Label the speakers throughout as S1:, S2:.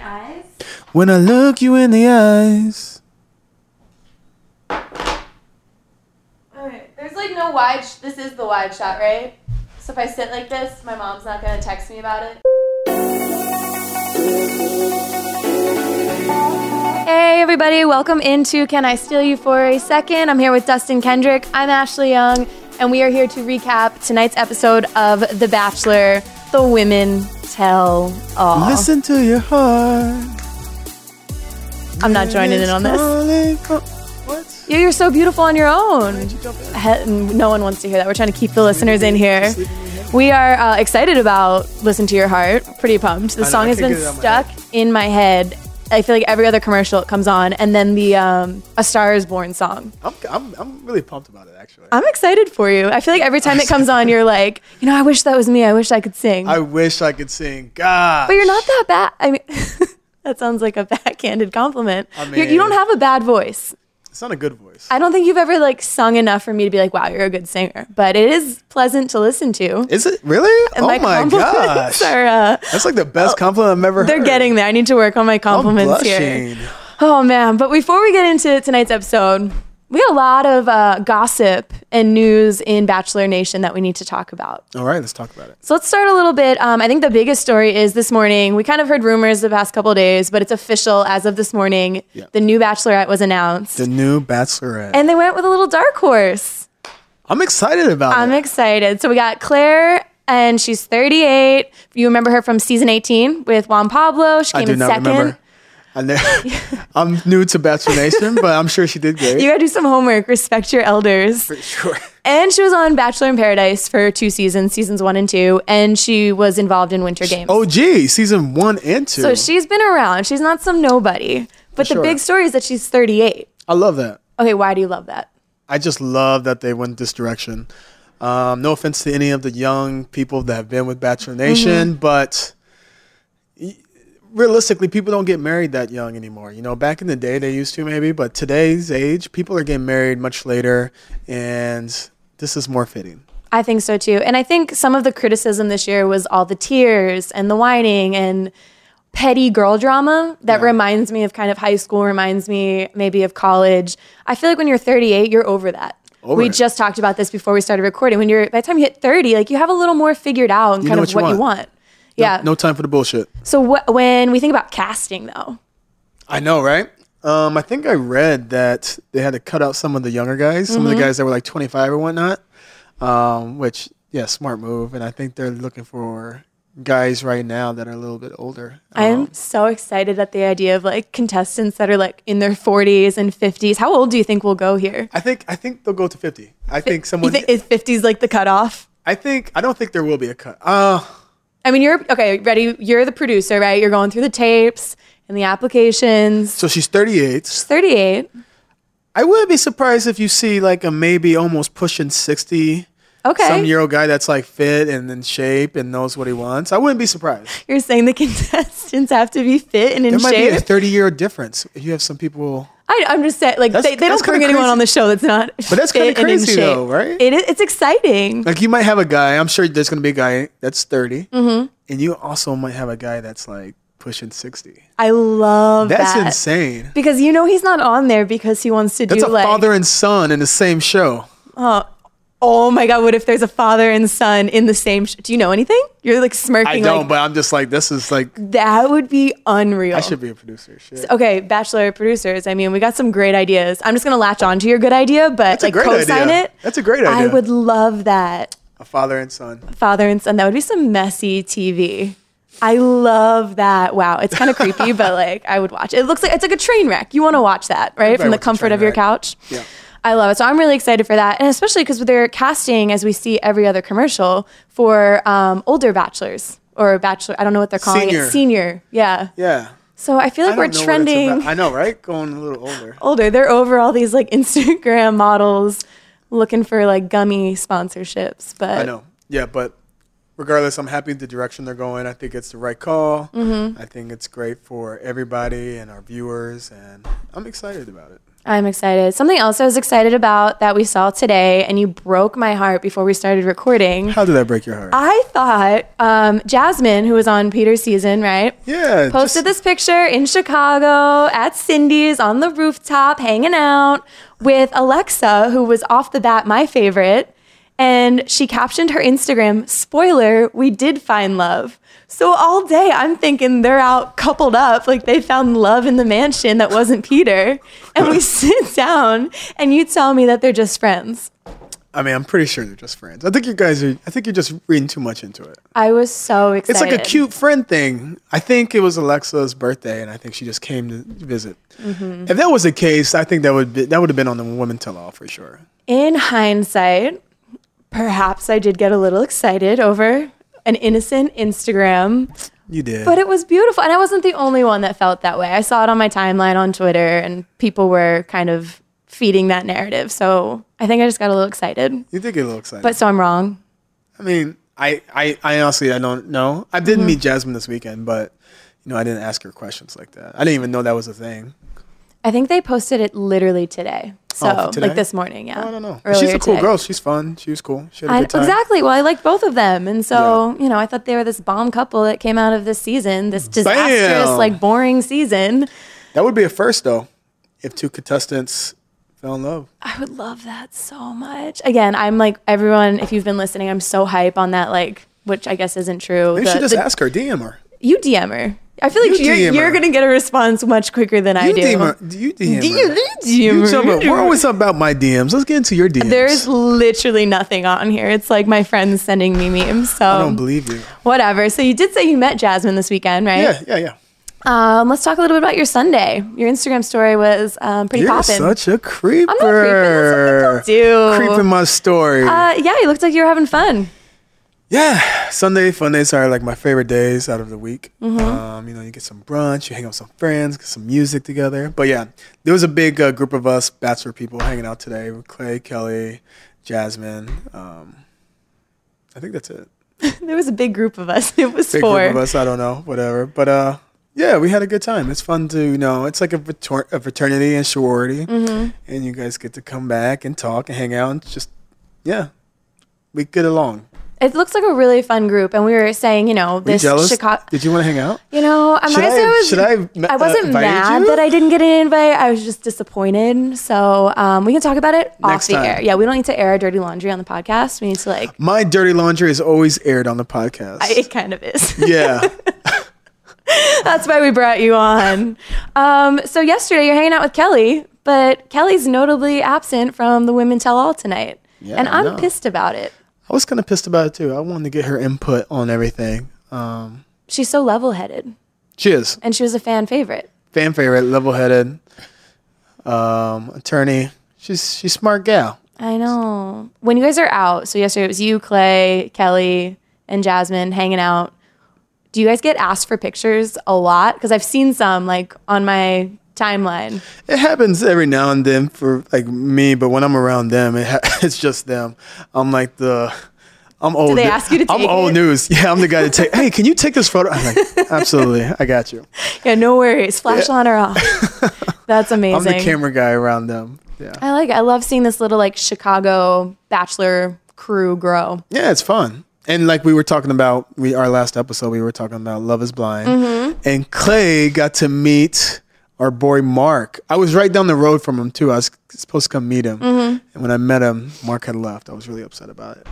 S1: eyes.
S2: When I look you in the eyes.
S1: Okay, there's like no wide. Sh- this is the wide shot, right? So if I sit like this, my mom's not gonna text me about it. Hey everybody, welcome into Can I Steal You for a Second? I'm here with Dustin Kendrick. I'm Ashley Young, and we are here to recap tonight's episode of The Bachelor, The Women Tell All.
S2: Listen to your heart.
S1: I'm not joining in on this.
S2: What?
S1: Yeah, You're so beautiful on your own.
S2: you jump in?
S1: He- no one wants to hear that. We're trying to keep the listeners in here. We are uh, excited about Listen to Your Heart. Pretty pumped. The
S2: know,
S1: song
S2: I
S1: has
S2: can't
S1: been
S2: get it out of my
S1: stuck in my head. I feel like every other commercial it comes on, and then the um, A Star Is Born song.
S2: I'm, I'm, I'm really pumped about it, actually.
S1: I'm excited for you. I feel like every time it comes on, you're like, you know, I wish that was me. I wish I could sing.
S2: I wish I could sing. God.
S1: but you're not that bad. I mean, that sounds like a backhanded compliment.
S2: I
S1: You're- you don't
S2: mean-
S1: have a bad voice.
S2: It's not a good voice.
S1: I don't think you've ever like sung enough for me to be like, wow, you're a good singer. But it is pleasant to listen to.
S2: Is it really?
S1: And
S2: oh my,
S1: compliments
S2: gosh.
S1: Are, uh,
S2: That's like the best compliment I've ever
S1: they're
S2: heard.
S1: getting there. I need to work on my
S2: I'm
S1: compliments here.
S2: blushing.
S1: Oh man! But before we get into tonight's episode, we got a lot of uh, gossip and news in Bachelor Nation that we need to talk about.
S2: All right, let's talk about it.
S1: So let's start a little bit. Um, I think the biggest story is this morning. We kind of heard rumors the past couple of days, but it's official as of this morning.
S2: Yeah.
S1: The new Bachelorette was announced,
S2: The new Bachelorette.
S1: and they went with a little dark horse.
S2: I'm excited about
S1: I'm
S2: it.
S1: excited. So we got Claire, and she's 38. You remember her from season 18 with Juan Pablo. She came
S2: I do
S1: in
S2: not
S1: second.
S2: remember. I ne- I'm new to Bachelor Nation, but I'm sure she did great.
S1: You gotta do some homework. Respect your elders.
S2: sure.
S1: And she was on Bachelor in Paradise for two seasons, seasons one and two, and she was involved in Winter Games.
S2: Oh, gee, season one and two.
S1: so she's been around. She's not some nobody. But the
S2: sure.
S1: big story is that she's 38.
S2: I love that.
S1: Okay, why do you love that?
S2: I just love that they went this direction. Um, no offense to any of the young people that have been with
S1: Mm-hmm.
S2: Bachelor Nation, but y- realistically, people don't get married that young anymore. You know, back in the day they used to maybe, but today's age, people are getting married much later, and this is more fitting.
S1: I think so too. And I think some of the criticism this year was all the tears and the whining and petty girl drama that reminds me of kind of high school, reminds me maybe of college. I feel like when you're 38, you're over that.
S2: Over
S1: we
S2: it.
S1: just talked about this before we started recording. When you're by the time you hit 30, like you have a little more figured out and kind
S2: know
S1: of
S2: what you
S1: what you
S2: want.
S1: want. Yeah.
S2: No time for the bullshit.
S1: So what, when we think about casting though,
S2: I know, right? Um, I think I read that they had to cut out some of the younger guys, some of the guys that were like 25 or whatnot. Um, which, yeah, smart move. And I think they're looking for guys right now that are a little bit older. Um,
S1: I'm so excited at the idea of like contestants that are like in their 40s and 50s. How old do you think we'll go here?
S2: I think I think they'll go to 50. I think
S1: You
S2: someone.
S1: think is 50s like the cutoff?
S2: I think I don't think there will be a cut. Uh,
S1: I mean, you're okay. Ready? You're the producer, right? You're going through the tapes and the applications.
S2: so she's 38.
S1: 38.
S2: I wouldn't be surprised if you see like a maybe almost pushing 60.
S1: Okay.
S2: Some year old guy that's like fit and in shape and knows what he wants. I wouldn't be surprised.
S1: you're saying the contestants have to be fit and in
S2: There might
S1: shape.
S2: be a 30 year difference. You have some people.
S1: I, I'm just saying, like,
S2: That's-
S1: they, they
S2: that's
S1: don't bring
S2: kinda
S1: anyone
S2: crazy.
S1: on the show that's not. But
S2: that's kinda crazy, though, right?
S1: It is, it's exciting.
S2: Like you might have a guy. I'm sure there's gonna be a guy that's 30,
S1: Mm-hmm.
S2: and you also might have a guy that's like pushing 60.
S1: I love
S2: That's
S1: that.
S2: insane.
S1: Because you know he's not on there because he wants to
S2: That's
S1: do
S2: a
S1: like
S2: father and son in the same show.
S1: oh, oh my god what if there's a father and son in the same sh- do you know anything you're like smirking
S2: I don't,
S1: like
S2: but I'm just like this is like
S1: that would be unreal
S2: I should be a producer. Shit.
S1: okay, bachelor producers. I mean, we got some great ideas. I'm just gonna latch on to your good idea, but
S2: a
S1: like
S2: great
S1: co-sign
S2: idea.
S1: it.
S2: That's a great
S1: I
S2: idea.
S1: would love that.
S2: A father and son.
S1: Father and son. That would be some messy TV. I love that. Wow, it's kind of creepy, but like I would watch. It It looks like it's like a train wreck. You want to watch that, right, from the
S2: wants a
S1: comfort
S2: train
S1: of your
S2: wreck.
S1: couch.
S2: Yeah.
S1: I love it. So I'm really excited for that, and especially because they're casting, as we see every other commercial, for um, older bachelors or bachelor. I don't know what they're calling
S2: Senior.
S1: it. Senior. Yeah.
S2: Yeah.
S1: So I feel like
S2: I
S1: we're
S2: don't know what it's
S1: trending
S2: about. I know, right? Going a little older.
S1: older. They're over all these like Instagram models looking for like gummy sponsorships. But
S2: I know. Yeah, but regardless, I'm happy the direction they're going. I think it's the right call.
S1: Mm-hmm.
S2: I think it's great for everybody and our viewers, and I'm excited about it.
S1: I'm excited. Something else I was excited about that we saw today, and you broke my heart before we started recording.
S2: How did that break your heart?
S1: I thought um, Jasmine, who was on Peter's season, right?
S2: yeah.
S1: Posted this
S2: just-
S1: picture in Chicago at Cindy's on the rooftop, hanging out with Alexa, who was off the bat my favorite. And she captioned her Instagram, spoiler, we did find love. So all day I'm thinking they're out coupled up, like they found love in the mansion that wasn't Peter. And we sit down and you tell me that they're just friends.
S2: I mean, I'm pretty sure they're just friends. I think you guys are. I think you're just reading too much into it.
S1: I was so
S2: It's
S1: excited.
S2: like a cute friend thing. I think it was Alexa's birthday, and I think she just came to visit.
S1: Mm-hmm.
S2: If that was the case, I think that would be, that would have been on the woman tell all for sure.
S1: In hindsight, perhaps I did get a little excited over an innocent Instagram,
S2: You did.
S1: but it was beautiful. And I wasn't the only one that felt that way. I saw it on my timeline on Twitter, and people were kind of feeding that narrative. So I think I just got a little excited.
S2: you did get a little excited.
S1: But so I'm wrong.
S2: I mean, I, I, I honestly I don't know. I
S1: Mm-hmm.
S2: didn't meet Jasmine this weekend, but you know I didn't ask her questions like that. I didn't even know that was a thing.
S1: I think they posted it literally today. So,
S2: Oh, for today?
S1: like this morning, yeah.
S2: I don't know.
S1: Earlier
S2: She's a cool
S1: today.
S2: girl. She's fun. She was cool. She had a
S1: I,
S2: good time.
S1: exactly. Well, I liked both of them, and so you know, I thought they were this bomb couple that came out of this season, this disastrous,
S2: Bam!
S1: like boring season.
S2: That would be a first though, if two contestants fell in love.
S1: I would love that so much. Again, I'm like everyone. If you've been listening, I'm so hype on that. Like, which I guess isn't true.
S2: Maybe
S1: The-
S2: she just
S1: the-
S2: ask her, DM her.
S1: you DM her. I feel like
S2: You
S1: you are
S2: DM her.
S1: you're gonna get a response much quicker than I
S2: You
S1: do.
S2: DM her. Do You DM her.
S1: Do you DM
S2: You
S1: her?
S2: tell me, we're always talking about my DMs. Let's get into your DMs.
S1: There's literally nothing on here. It's like my friends sending me memes. So
S2: I don't believe you.
S1: whatever. So you did say you met Jasmine this weekend, right?
S2: Yeah, yeah, yeah.
S1: Um, let's talk a little bit about your Sunday. Your Instagram story was um, pretty
S2: You're
S1: popping.
S2: such a creeper.
S1: I'm not creeping. That's what people do.
S2: Creeping my story.
S1: Uh, yeah, you looked like you were having fun.
S2: Yeah, Sunday fun days are like my favorite days out of the week.
S1: Mm-hmm.
S2: Um, you know, you get some brunch, you hang out with some friends, get some music together. But yeah, there was a big uh, group of us bachelor people hanging out today with Clay, Kelly, Jasmine. Um, I think that's it.
S1: there was a big group of us. It was
S2: Big
S1: four.
S2: group of us. I don't know, whatever. But uh, yeah, we had a good time. It's fun to you know, it's like a, frater- a fraternity and sorority,
S1: Mm-hmm.
S2: and you guys get to come back and talk and hang out and just yeah, we get along.
S1: It looks like a really fun group, and we were saying, you know,
S2: Were you
S1: this
S2: jealous?
S1: Chicago.
S2: Did you want to hang out?
S1: You know, I
S2: Should
S1: might
S2: I-
S1: say I was.
S2: should I have me-
S1: I wasn't
S2: uh, invited
S1: mad
S2: you?
S1: that I didn't get an invite. I was just disappointed. So um, we can talk about it
S2: Next
S1: off the
S2: time.
S1: air. Yeah, we don't need to air our dirty laundry on the podcast. We need to like.
S2: My dirty laundry is always aired on the podcast.
S1: It kind of is.
S2: yeah.
S1: That's why we brought you on. Um, so yesterday you're hanging out with Kelly, but Kelly's notably absent from the Women Tell All tonight,
S2: Yeah,
S1: and
S2: I
S1: I'm
S2: know.
S1: pissed about it.
S2: I was kind of pissed about it too. I wanted to get her input on everything. Um,
S1: She's so level-headed,
S2: she is
S1: and she was a fan favorite.
S2: fan favorite, level headed, um, attorney. She's she's a smart gal.
S1: I know. When you guys are out, so yesterday it was you, Clay, Kelly, and Jasmine hanging out. Do you guys get asked for pictures a lot? Because I've seen some like on my timeline.
S2: It happens every now and then for like me, but when I'm around them, it ha- it's just them. I'm like the. I'm old.
S1: they
S2: nu-
S1: ask you to
S2: I'm
S1: take
S2: old
S1: it?
S2: news. Yeah, I'm the guy to take. Hey, can you take this photo? I'm like, absolutely. I got you.
S1: Yeah, no worries. Flash on or off. That's
S2: I'm
S1: amazing.
S2: the camera guy around them. Yeah.
S1: I like. It. I love seeing this little like Chicago bachelor crew grow.
S2: Yeah, it's fun. And like we were talking about, we our last episode, we were talking about Love Is Blind,
S1: Mm-hmm.
S2: and Clay got to meet our boy Mark. I was right down the road from him too. I was supposed to come meet him,
S1: Mm-hmm.
S2: and when I met him, Mark had left. I was really upset about it.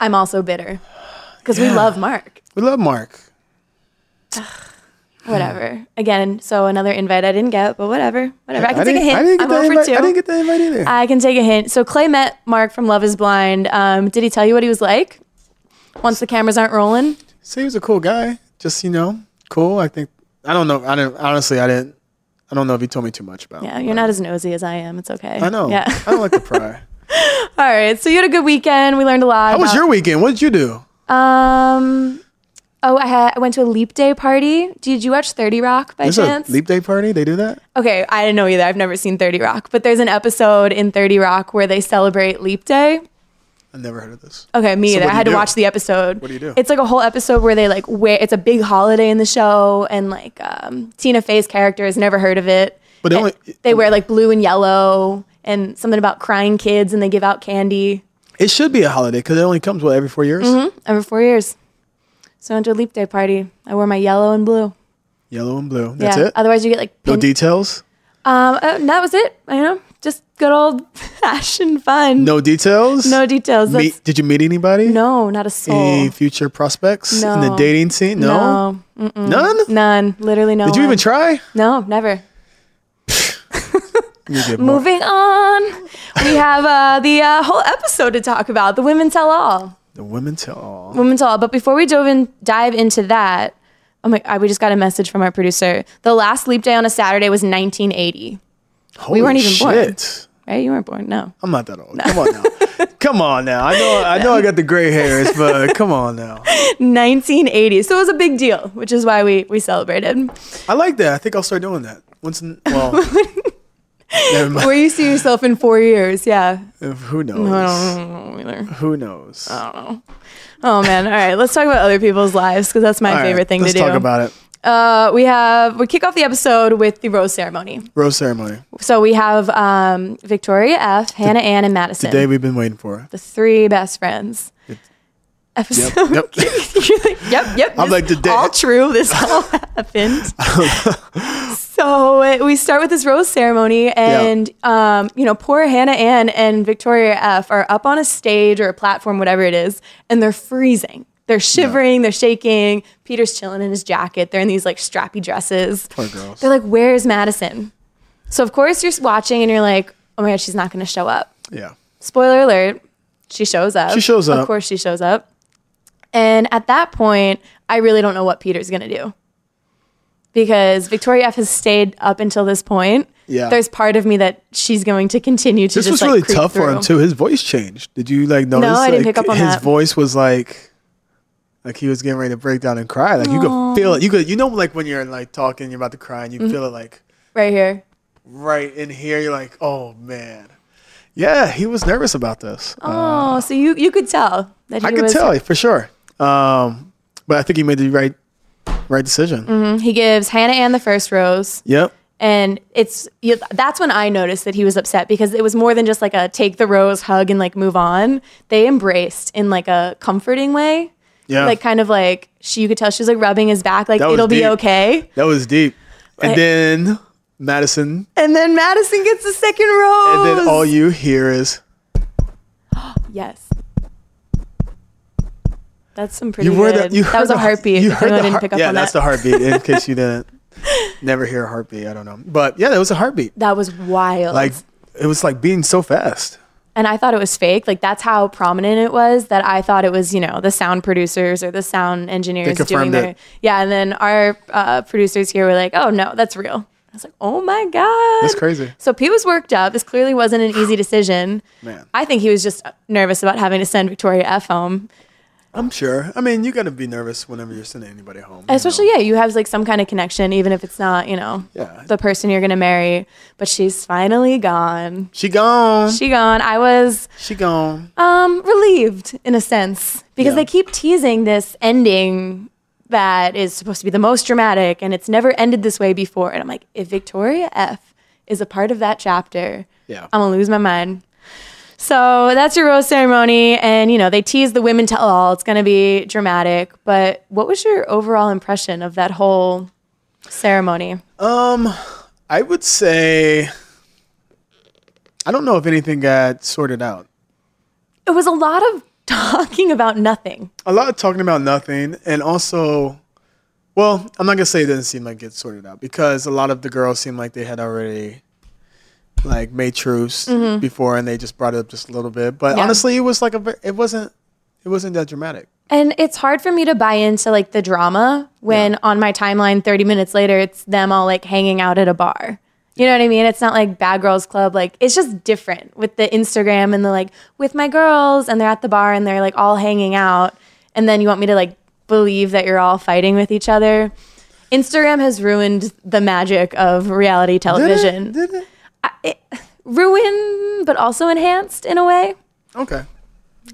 S1: I'm also bitter because
S2: Yeah.
S1: we love Mark.
S2: We love Mark.
S1: Whatever. Again, so another invite I didn't get, but whatever. Whatever. I can take a
S2: didn't,
S1: hint.
S2: I didn't get
S1: I'm
S2: that
S1: over
S2: invite.
S1: two.
S2: I didn't get that invite either.
S1: I can take a hint. So Clay met Mark from Love Is Blind. Um, did he tell you what he was like? Once the cameras aren't rolling,
S2: so he was a cool guy. Just you know, cool. I think I don't know. I didn't honestly. I didn't. I don't know if he told me too much about.
S1: yeah,
S2: him,
S1: you're
S2: but
S1: not as nosy as I am. It's okay.
S2: I know.
S1: Yeah.
S2: I don't like to pry.
S1: All right. So you had a good weekend. We learned a lot.
S2: How was
S1: about-
S2: your weekend? What did you do?
S1: Um. Oh, I, had, I went to a Leap Day party. Did you watch Thirty Rock by
S2: There's a
S1: chance?
S2: leap day party. They do that.
S1: okay, I didn't know either. I've never seen Thirty Rock, but there's an episode in Thirty Rock where they celebrate Leap Day.
S2: I never heard of this.
S1: Okay, me
S2: So
S1: either.
S2: what
S1: I
S2: do
S1: had
S2: you
S1: to
S2: do?
S1: watch the episode.
S2: What do you do?
S1: It's like a whole episode where they like wear. It's a big holiday in the show, and like um, Tina Fey's character has never heard of it,
S2: But they only,
S1: They wear like blue and yellow and something about crying kids and they give out candy
S2: it should be a holiday because it only comes what every four years.
S1: every four years. So I went to a leap day party. I wore my yellow and blue.
S2: Yellow and blue. That's
S1: yeah.
S2: it.
S1: Otherwise, you get like
S2: no
S1: pin-
S2: details.
S1: um, uh, and that was it. You know, just good old fashioned fun.
S2: No details.
S1: no details. That's,
S2: Meet, did you meet anybody?
S1: no, not a soul.
S2: Any future prospects in the
S1: No.
S2: dating scene? No.
S1: no, Mm-mm.
S2: None.
S1: none. Literally no.
S2: Did you
S1: one.
S2: even try?
S1: No, never.
S2: You did more.
S1: Moving on, we have uh, the uh, whole episode to talk about the women tell all.
S2: The women tell all.
S1: Women tell all. But before we dove in, dive into that, oh my, I, we just got a message from our producer. The last leap day on a Saturday was 1980.
S2: Holy
S1: weren't even born.
S2: shit.
S1: Right? You weren't born. No.
S2: I'm not that old. Come on now. come on now. I know I know I got the gray hairs, but come on now.
S1: 1980. So it was a big deal, which is why we we celebrated.
S2: I like that. I think I'll start doing that. Once in, well never mind.
S1: Where you see yourself in four years? Yeah.
S2: Who knows?
S1: I don't know either.
S2: Who knows?
S1: Oh man. All right. Let's talk about other people's lives because that's my
S2: All right,
S1: favorite thing
S2: let's
S1: to do.
S2: talk about it.
S1: Uh, we have we kick off the episode with the rose ceremony.
S2: Rose ceremony.
S1: So we have um, Victoria F, Hannah Ann, and Madison.
S2: Day we've been waiting for.
S1: the three best friends. Episode. Yep.
S2: Yep.
S1: You're like, yep, yep. this
S2: I'm like, the day-
S1: all true. This all happened. so uh, we start with this rose ceremony, and um, you know, poor Hannah Ann and Victoria F are up on a stage or a platform, whatever it is, and they're freezing. They're shivering. They're shaking. Peter's chilling in his jacket. They're in these like strappy dresses.
S2: Poor girls.
S1: They're like, "Where is Madison?" So of course you're watching, and you're like, "Oh my god, she's not going to show up."
S2: yeah.
S1: spoiler alert, she shows up.
S2: She shows up.
S1: Of course, she shows up. And at that point, I really don't know what Peter's going to do because Victoria F has stayed up until this point.
S2: Yeah.
S1: There's part of me that she's going to continue to
S2: This
S1: just
S2: was
S1: like,
S2: really
S1: creep
S2: tough for him
S1: through.
S2: too. His voice changed. Did you like notice?
S1: I didn't
S2: like,
S1: pick up on
S2: his
S1: that.
S2: voice was like, like he was getting ready to break down and cry. Like you could feel it. You could, you know, like when you're like talking, you're about to cry,
S1: Mm-hmm.
S2: and you feel it like
S1: Right here.
S2: right in here. You're like, oh man, yeah. He was nervous about this. Uh,
S1: Oh, so you you could tell that he
S2: I could
S1: was,
S2: tell for sure. Um, but I think he made the right, right decision.
S1: He gives Hannah Ann the first rose,
S2: Yep.
S1: and it's you, that's when I noticed that he was upset because it was more than just like a take the rose, hug, and like move on. They embraced in like a comforting way.
S2: Yeah.
S1: like kind of like she you could tell she was like rubbing his back like
S2: That was
S1: it'll be
S2: deep.
S1: okay
S2: that was deep.
S1: Like-
S2: And then Madison,
S1: and then madison gets the second rose
S2: and then all you hear is
S1: yes that's some pretty
S2: You were
S1: good
S2: the, you
S1: that
S2: heard
S1: was a
S2: the-
S1: heartbeat
S2: You
S1: If
S2: heard the
S1: anyone didn't
S2: heart-
S1: pick up
S2: yeah,
S1: on
S2: that's the
S1: that
S2: heartbeat. In case you didn't never hear a heartbeat, I don't know, but yeah, that was a heartbeat.
S1: that was wild
S2: Like it was like beating so fast.
S1: and i thought it was fake like that's how prominent it was that i thought it was you know the sound producers or the sound engineers doing
S2: confirmed
S1: their
S2: it.
S1: yeah and then our uh, producers here were like oh no that's real i was like oh my god
S2: That's crazy.
S1: So Pete was worked up. This clearly wasn't an easy decision.
S2: Man.
S1: I think he was just nervous about having to send Victoria F home.
S2: I'm sure. I mean, you gotta be nervous whenever you're sending anybody home. you
S1: Especially,
S2: know?
S1: yeah, you have like some kind of connection, even if it's not, you know,
S2: Yeah.
S1: the person you're gonna marry. But she's finally gone.
S2: she gone. She,
S1: She gone. I was
S2: gone.
S1: um relieved in a sense. Because
S2: Yeah.
S1: they keep teasing this ending that is supposed to be the most dramatic and it's never ended this way before. And I'm like, if Victoria F is a part of that chapter,
S2: Yeah.
S1: I'm gonna lose my mind. So that's your rose ceremony, and you know they tease the women tell all. It's gonna be dramatic, but what was your overall impression of that whole ceremony?
S2: I would say. I don't know if anything got sorted out.
S1: It was a lot of talking about nothing.
S2: a lot of talking about nothing and also well i'm not gonna say it doesn't seem like it's sorted out because a lot of the girls seem like they had already like made truce before and they just brought it up just a little bit but
S1: Mm-hmm. Yeah.
S2: honestly it was like a ve- it wasn't it wasn't that dramatic
S1: And it's hard for me to buy into like the drama when on my timeline 30 minutes later it's them all like hanging out at a bar. You know what I mean? It's not like Bad Girls Club. Like it's just different with the Instagram and the like with my girls and they're at the bar and they're like all hanging out. And then you want me to like believe that you're all fighting with each other. Instagram has ruined the magic of reality
S2: Did it?
S1: television.
S2: did it
S1: Ruined, but also enhanced in a way.
S2: okay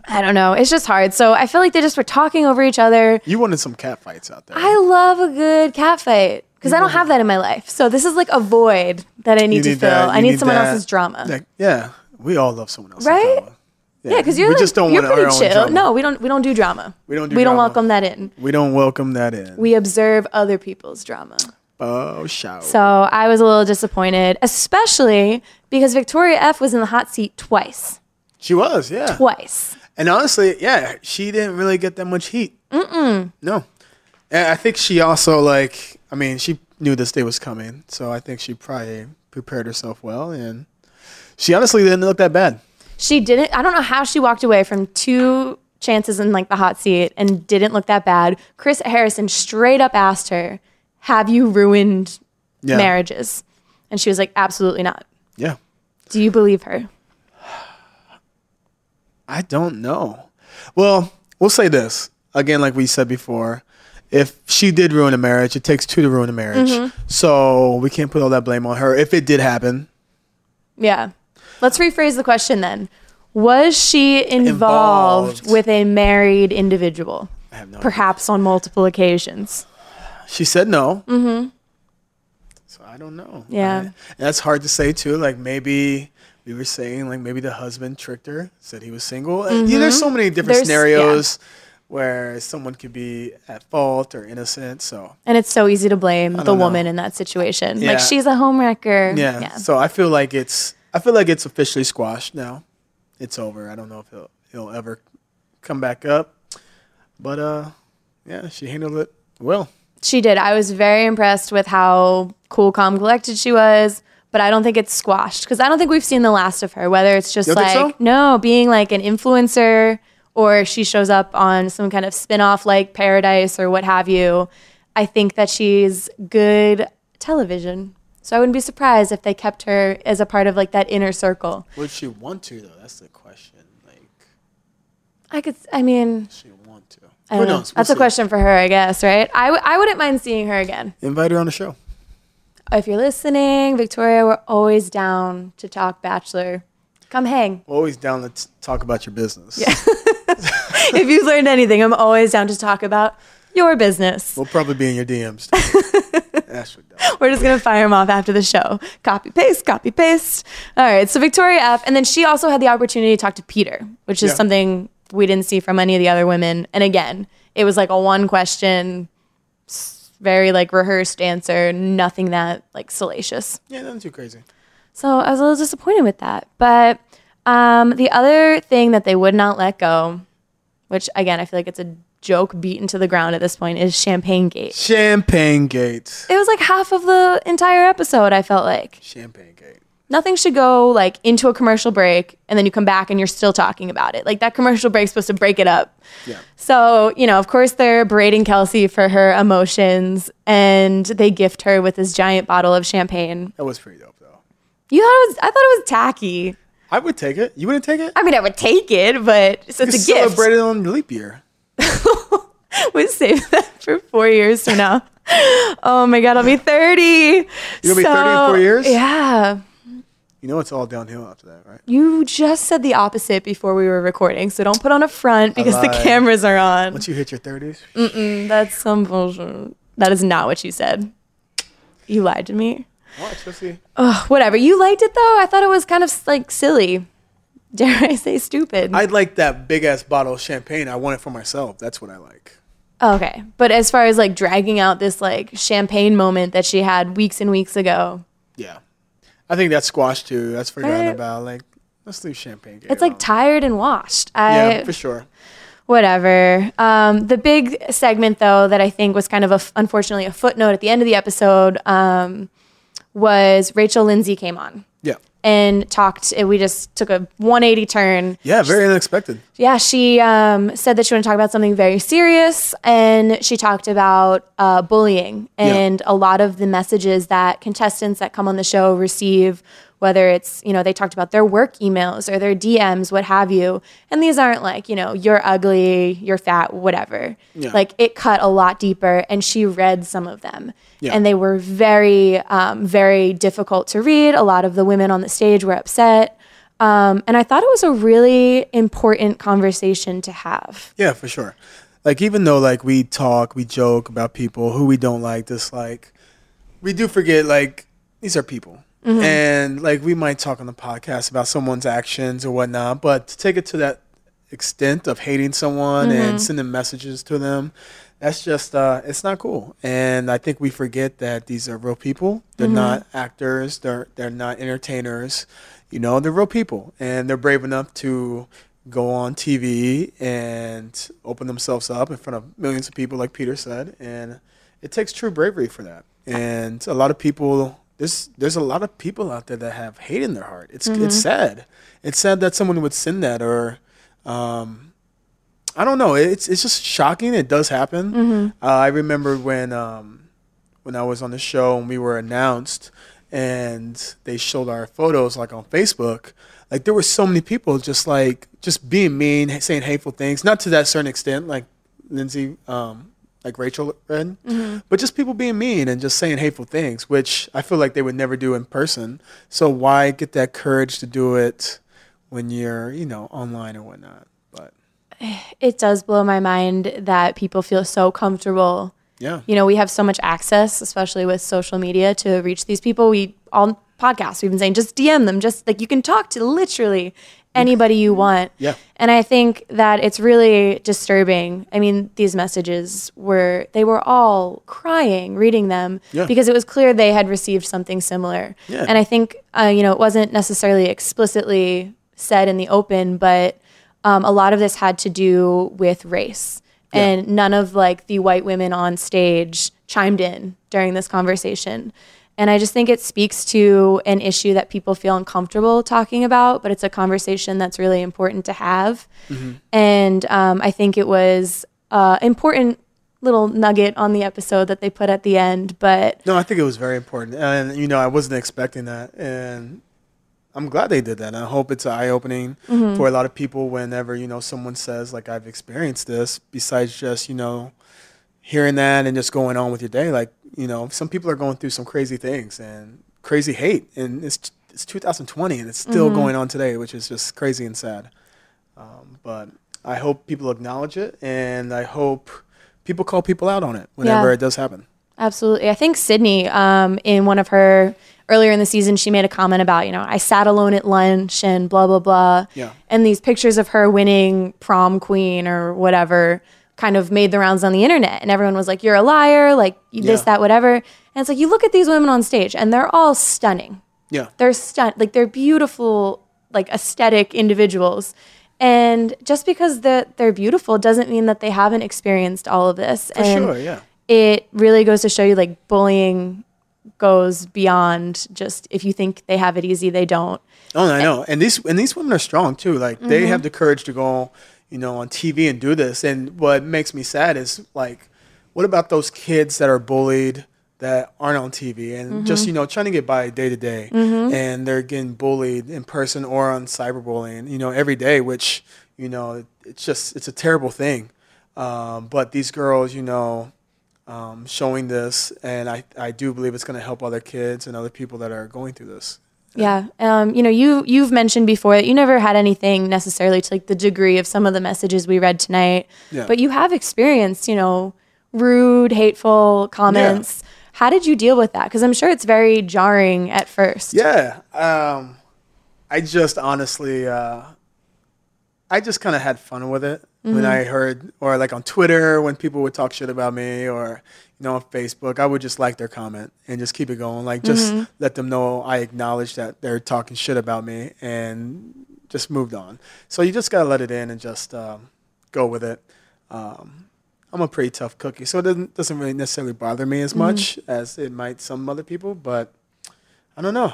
S1: I don't know. It's just hard. So I feel like they just were talking over each other.
S2: you wanted some cat fights out there
S1: I love a good cat fight. because I don't have that in my life. So this is like a void that I need, to fill.
S2: that,
S1: I
S2: you
S1: need, someone
S2: that.
S1: else's drama.
S2: That- yeah, we all love someone else's
S1: Right?
S2: drama.
S1: yeah, because you're
S2: we
S1: like,
S2: just don't
S1: you're
S2: want
S1: pretty
S2: our own
S1: chill.
S2: drama.
S1: No, we don't we don't do drama.
S2: We don't do
S1: we don't
S2: drama.
S1: welcome that in.
S2: we don't welcome that in.
S1: We observe other people's drama.
S2: oh, shout.
S1: So I was a little disappointed, especially because Victoria F was in the hot seat twice.
S2: she was, yeah.
S1: Twice.
S2: And honestly, yeah, she didn't really get that much heat. Mm-mm. No. And I think she also, like, I mean, she knew this day was coming. So I think she probably prepared herself well. And she honestly didn't look that bad.
S1: She didn't. I don't know how she walked away from two chances in like the hot seat and didn't look that bad. Chris Harrison straight up asked her, "Have you ruined
S2: Yeah.
S1: marriages?" And she was like, "Absolutely not."
S2: Yeah.
S1: Do you believe her?
S2: I don't know. Well, we'll say this again, like we said before. If she did ruin a marriage, it takes two to ruin a marriage. So we can't put all that blame on her if it did happen.
S1: Yeah. Let's rephrase the question then. Was she involved,
S2: Involved.
S1: with a married individual?
S2: I have no.
S1: Perhaps on multiple occasions.
S2: She said no. Mm-hmm. So I don't know.
S1: Yeah.
S2: I- and that's hard to say too. Like maybe we were saying like maybe the husband tricked her, said he was single. And, yeah, there's so many different
S1: Mm-hmm. There's- yeah.
S2: scenarios where someone could be at fault or innocent. So
S1: And it's so easy to blame the
S2: don't know.
S1: woman in that situation.
S2: Yeah.
S1: Like she's a homewrecker.
S2: yeah. So I feel like it's I feel like it's officially squashed now. It's over. I don't know if he'll he'll ever come back up. But uh yeah, she handled it well.
S1: She did. I was very impressed with how cool, calm, collected she was. But I don't think it's squashed because I don't think we've seen the last of her. Whether it's just
S2: You don't
S1: like
S2: think so?
S1: no, being like an influencer, or she shows up on some kind of spin-off like Paradise or what have you. I think that she's good television. So I wouldn't be surprised if they kept her as a part of like that inner circle.
S2: Would she want to though? That's the question. Like
S1: I could. I mean,
S2: she want to.
S1: I don't know. That's a question for her, I guess. Right? I w- I wouldn't mind seeing her again.
S2: Invite her on the show.
S1: if you're listening, Victoria, we're always down to talk Bachelor. Come hang.
S2: Always down to t- talk about your business. Yeah.
S1: if you've learned anything, I'm always down to talk about your business.
S2: We'll probably be in your DMs. Ashley,
S1: We're just gonna fire them off after the show. Copy paste, copy paste. All right. So Victoria F, and then she also had the opportunity to talk to Peter, which is
S2: Yeah.
S1: something we didn't see from any of the other women. And again, it was like a one question, s- very like rehearsed answer, nothing that like salacious.
S2: yeah, nothing too crazy.
S1: So I was a little disappointed with that. But um, the other thing that they would not let go, which again, I feel like it's a joke beaten to the ground at this point, is Champagne Gate.
S2: Champagne Gate.
S1: It was like half of the entire episode, I felt like.
S2: Champagne Gate.
S1: Nothing should go like into a commercial break and then you come back and you're still talking about it. Like that commercial break's supposed to break it up.
S2: Yeah.
S1: So, you know, of course they're berating Kelsey for her emotions and they gift her with this giant bottle of champagne.
S2: That was pretty dope, though.
S1: You thought it was I thought it was tacky.
S2: I would take it. You wouldn't take it?
S1: I mean, I would take it, but so
S2: You
S1: it's a gift.
S2: celebrated on leap year.
S1: We'll save that for four years from now. oh my God, I'll be 30. You're
S2: You're gonna be 30 in four years?
S1: Yeah.
S2: You know it's all downhill after that, right?
S1: You just said the opposite before we were recording, so don't put on a front because the
S2: lied.
S1: cameras are on.
S2: Once you hit your 30s,
S1: That's some bullshit. That is not what you said. You lied to me.
S2: watch, you'll see.
S1: Ugh, whatever. You liked it though. I thought it was kind of like silly. Dare I say stupid?
S2: I'd like that big ass bottle of champagne. I want it for myself. That's what I like.
S1: Okay. But as far as like dragging out this like champagne moment that she had weeks and weeks ago,
S2: Yeah. I think that's squash, too. That's forgotten
S1: Right.
S2: about. Like, let's leave Champagne Gate.
S1: it's like
S2: alone.
S1: tired and washed. I,
S2: yeah, for sure.
S1: Whatever. Um, the big segment, though, that I think was kind of a, unfortunately a footnote at the end of the episode um, was Rachel Lindsay came on
S2: Yeah.
S1: and talked. and We just took a 180 turn.
S2: Yeah, very unexpected.
S1: Yeah, she um, said that she wanted to talk about something very serious, and she talked about uh, bullying and a lot of the messages that contestants that come on the show receive. Whether it's you know they talked about their work emails or their DMs, what have you, and these aren't like you know you're ugly, you're fat, whatever.
S2: Yeah.
S1: Like it cut a lot deeper, and she read some of them,
S2: Yeah.
S1: and they were very um, very difficult to read. A lot of the women on the stage were upset. Um, and I thought it was a really important conversation to have.
S2: Yeah, for sure. Like even though like we talk, we joke about people who we don't like, dislike, we do forget like these are people. And like we might talk on the podcast about someone's actions or whatnot, but to take it to that extent of hating someone and sending messages to them, that's just uh it's not cool. And I think we forget that these are real people. They're not actors, they're they're not entertainers. You know, they're real people and they're brave enough to go on TV and open themselves up in front of millions of people, like Peter said, and it takes true bravery for that. And a lot of people, there's there's a lot of people out there that have hate in their heart. It's it's sad. It's sad that someone would send that, or um, I don't know. It's it's just shocking. It does happen. Uh, I remember when um, when I was on the show and we were announced, and they showed our photos like on Facebook. Like there were so many people just like just being mean, saying hateful things. Not to that certain extent, like Lindsay, um, like Rachel read, but just people being mean and just saying hateful things, which I feel like they would never do in person. So why get that courage to do it when you're you know online or whatnot? But
S1: It does blow my mind that people feel so comfortable
S2: yeah,
S1: you know, we have so much access, especially with social media, to reach these people. We all podcasts, we've been saying just DM them, just like you can talk to literally anybody you want.
S2: Yeah.
S1: And I think that it's really disturbing. I mean, these messages were they were all crying reading them
S2: Yeah.
S1: because it was clear they had received something similar.
S2: Yeah.
S1: And I think uh, you know, it wasn't necessarily explicitly said in the open, but um, a lot of this had to do with race and none of like the white women on stage chimed in during this conversation and i just think it speaks to an issue that people feel uncomfortable talking about but it's a conversation that's really important to have and um, i think it was uh, important little nugget on the episode that they put at the end but
S2: No, I think it was very important, and you know, I wasn't expecting that, and I'm glad they did that. And I hope it's eye opening for a lot of people whenever you know someone says like I've experienced this. Besides just you know hearing that and just going on with your day, like you know, some people are going through some crazy things and crazy hate, and it's it's 2020 and it's still going on today, which is just crazy and sad. Um, but I hope people acknowledge it, and I hope people call people out on it whenever
S1: Yeah.
S2: it does happen.
S1: Absolutely. I think Sydney, um, in one of her earlier in the season, she made a comment about, you know, I sat alone at lunch and blah, blah, blah.
S2: Yeah.
S1: And these pictures of her winning prom queen or whatever kind of made the rounds on the internet. And everyone was like, you're a liar, like you this,
S2: Yeah.
S1: that, whatever. And it's like, you look at these women on stage and they're all stunning
S2: Yeah.
S1: they're stun like they're beautiful like aesthetic individuals and just because they're, they're beautiful doesn't mean that they haven't experienced all of this For and
S2: sure, yeah.
S1: it really goes to show you like bullying goes beyond just if you think they have it easy they don't
S2: Oh, I know. And these and these women are strong too. Like they have the courage to go, you know, on TV and do this. And what makes me sad is like, what about those kids that are bullied that aren't on TV and just you know trying to get by day to day, and they're getting bullied in person or on cyberbullying, you know, every day, which you know it's just it's a terrible thing. Um, but these girls, you know, um, showing this, and I I do believe it's going to help other kids and other people that are going through this.
S1: yeah um, you know you you've mentioned before that you never had anything necessarily to like the degree of some of the messages we read tonight
S2: Yeah.
S1: but you have experienced you know rude hateful comments how did you deal with that because i'm sure it's very jarring at first
S2: Yeah. Um, I just honestly, uh, I just kind of had fun with it when I heard, or like on Twitter when people would talk shit about me, or you know on Facebook, I would just like their comment and just keep it going. Like just let them know I acknowledge that they're talking shit about me and just moved on. So you just gotta let it in and just um, go with it. Um, I'm a pretty tough cookie, so it doesn't doesn't really necessarily bother me as much as it might some other people, but. I don't know.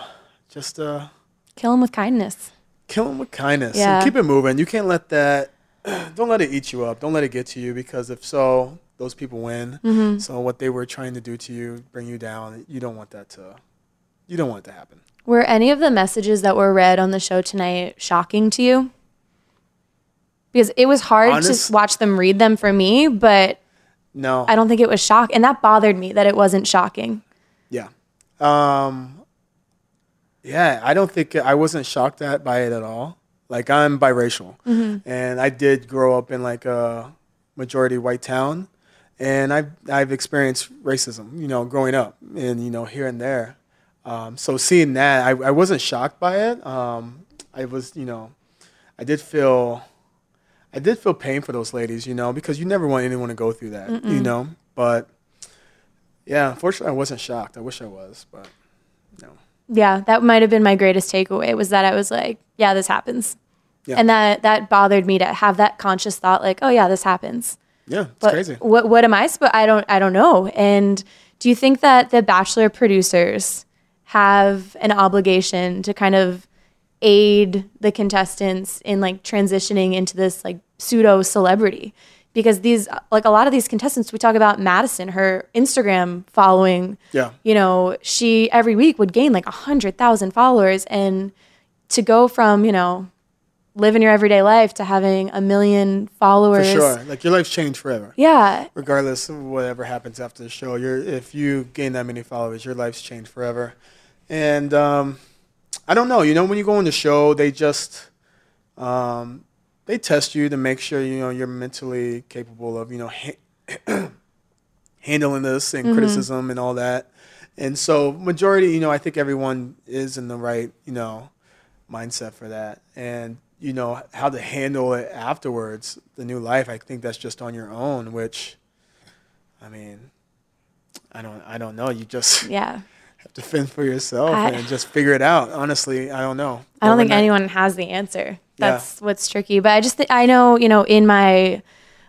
S2: Just uh,
S1: kill them with kindness
S2: kill him with kindness.
S1: Yeah.
S2: And keep it moving. You can't let that. Don't let it eat you up. Don't let it get to you because if so, those people win.
S1: Mm-hmm.
S2: So what they were trying to do to you, bring you down. You don't want that to. You don't want it to happen.
S1: were any of the messages that were read on the show tonight shocking to you because it was hard
S2: Honest-
S1: to watch them read them for me but
S2: No.
S1: i don't think it was shock and that bothered me that it wasn't shocking
S2: yeah. Um. Yeah, I don't think I wasn't shocked at by it at all. Like I'm biracial, and I did grow up in like a majority white town, and I've I've experienced racism, you know, growing up, and you know, here and there. Um, so seeing that, I, I wasn't shocked by it. Um, I was, you know, I did feel, I did feel pain for those ladies, you know, because you never want anyone to go through that, you know. But yeah, unfortunately, I wasn't shocked. I wish I was, but no.
S1: Yeah, that might have been my greatest takeaway was that I was like, yeah, this happens.
S2: Yeah.
S1: And that that bothered me to have that conscious thought like, oh yeah, this happens.
S2: Yeah, it's
S1: But
S2: crazy.
S1: What what am I supposed I don't I don't know. And do you think that the bachelor producers have an obligation to kind of aid the contestants in like transitioning into this like pseudo celebrity? Because these like a lot of these contestants we talk about Madison, her Instagram following
S2: Yeah.
S1: you know, she every week would gain like a hundred thousand followers, and to go from you know living your everyday life to having a million
S2: For
S1: followers,
S2: sure. Like your life's changed forever.
S1: yeah,
S2: Regardless of whatever happens after the show, you're if you gain that many followers, your life's changed forever. And um, I don't know, you know, when you go on the show, they just um, they test you to make sure you know you're mentally capable of you know ha- handling this and criticism and all that. And so, majority, you know, I think everyone is in the right, you know, mindset for that. And, you know, how to handle it afterwards, the new life, I think that's just on your own, which, I mean, I don't, I don't know. You just
S1: yeah.
S2: have to fend for yourself
S1: I-
S2: and just figure it out. Honestly, I don't know.
S1: I don't think
S2: Overnight.
S1: anyone has the answer. That's what's tricky. But I just th- I know you know in my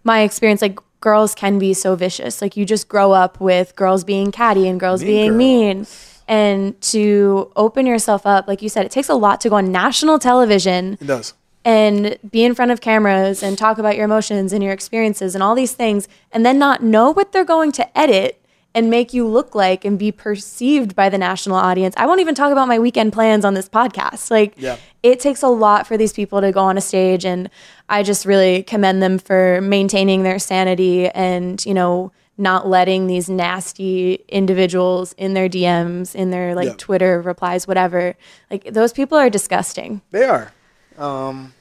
S1: my experience, like girls can be so vicious. Like you just grow up with girls being catty and girls
S2: Mean
S1: being
S2: girls.
S1: mean. And to open yourself up, like you said, it takes a lot to go on national television
S2: It does.
S1: and be in front of cameras and talk about your emotions and your experiences and all these things and then not know what they're going to edit and make you look like and be perceived by the national audience. I won't even talk about my weekend plans on this podcast. Like
S2: Yeah.
S1: it takes a lot for these people to go on a stage and I just really commend them for maintaining their sanity and, you know, not letting these nasty individuals in their DMs, in their like
S2: Yeah.
S1: Twitter replies, whatever. Like those people are disgusting.
S2: They are. Um,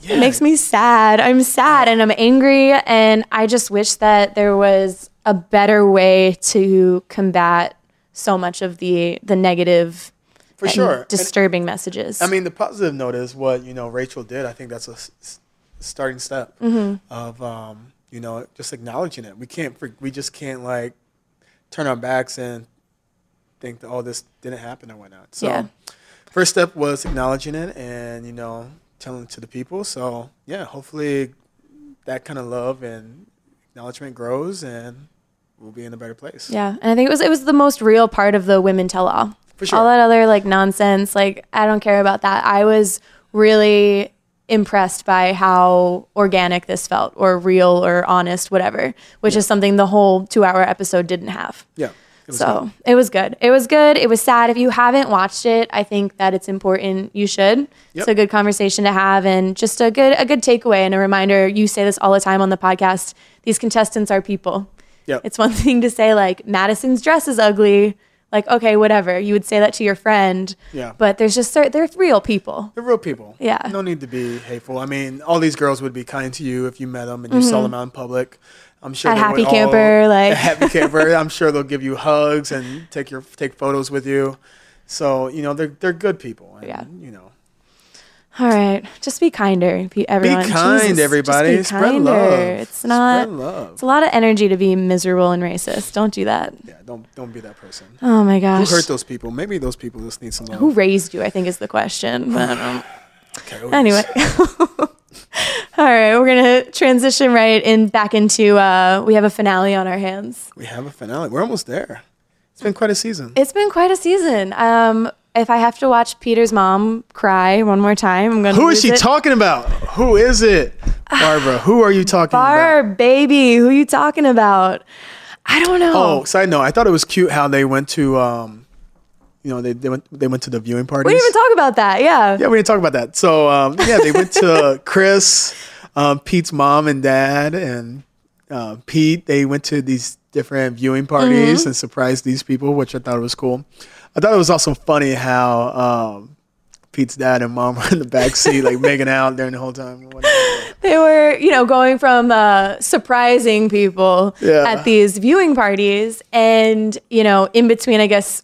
S2: yeah.
S1: It makes me sad. I'm sad and I'm angry. And I just wish that there was a better way to combat so much of the the negative
S2: for sure. And-
S1: disturbing messages.
S2: I mean, the positive note is what you know Rachel did. I think that's a s- s- starting step
S1: Mm-hmm.
S2: of um, you know just acknowledging it. We can't fre- we just can't like turn our backs and think that oh this didn't happen or whatnot. So
S1: Yeah.
S2: first step was acknowledging it and you know telling it to the people. So yeah, hopefully that kind of love and acknowledgement grows and we'll be in a better place.
S1: yeah. And I think it was it was the most real part of the women tell all.
S2: For sure.
S1: All that other like nonsense, like I don't care about that. I was really impressed by how organic this felt or real or honest, whatever, which is something the whole two hour episode didn't have.
S2: Yeah. It was
S1: so
S2: good.
S1: it was good. It was good. It was sad. If you haven't watched it, I think that it's important. You should. It's
S2: Yep.
S1: a good conversation to have and just a good a good takeaway and a reminder. You say this all the time on the podcast. These contestants are people.
S2: Yep.
S1: It's one thing to say like Madison's dress is ugly. Like okay, whatever. You would say that to your friend.
S2: Yeah.
S1: But there's just cer- they're real people.
S2: They're real people.
S1: Yeah.
S2: No need to be hateful. I mean, all these girls would be kind to you if you met them and you saw them out in public. I'm sure
S1: At
S2: they
S1: Mm-hmm. Happy
S2: would all-
S1: Camper, like-
S2: at happy camper. I'm sure they'll give you hugs and take your take photos with you. So you know they're they're good people. And,
S1: Yeah.
S2: You know,
S1: All right, just be kinder, pe- everyone.
S2: be kind,
S1: Jesus, just be
S2: everybody. Spread
S1: kinder.
S2: love.
S1: It's not.
S2: Spread love.
S1: It's a lot of energy to be miserable and racist. Don't do that.
S2: Yeah. Don't don't be that person.
S1: Oh my
S2: Who
S1: gosh.
S2: hurt those people? Maybe those people just need some love.
S1: Who raised you? I think is the question. But um,
S2: Coyotes.
S1: anyway, all right, we're gonna transition right in back into. Uh, we have a finale on our hands.
S2: we have a finale. We're almost there. It's been quite a season.
S1: It's been quite a season. Um, if I have to watch Peter's mom cry one more time, I'm gonna.
S2: Who is
S1: lose
S2: she
S1: it.
S2: talking about? Who is it, Barbara? Who are you talking about?
S1: Barb, baby, who you talking about? I don't know.
S2: Oh, side note, I thought it was cute how they went to, um, you know, they, they went they went to the viewing parties.
S1: we didn't even talk about that. Yeah.
S2: yeah, we didn't talk about that. So um, yeah, they went to Chris, um, Pete's mom and dad, and uh, Pete. They went to these different viewing parties and surprised these people, which I thought was cool. I thought it was also funny how um, Pete's dad and mom were in the back seat, like making out during the whole time. Whatever.
S1: They were, you know, going from uh, surprising people
S2: Yeah.
S1: at these viewing parties, and you know, in between, I guess,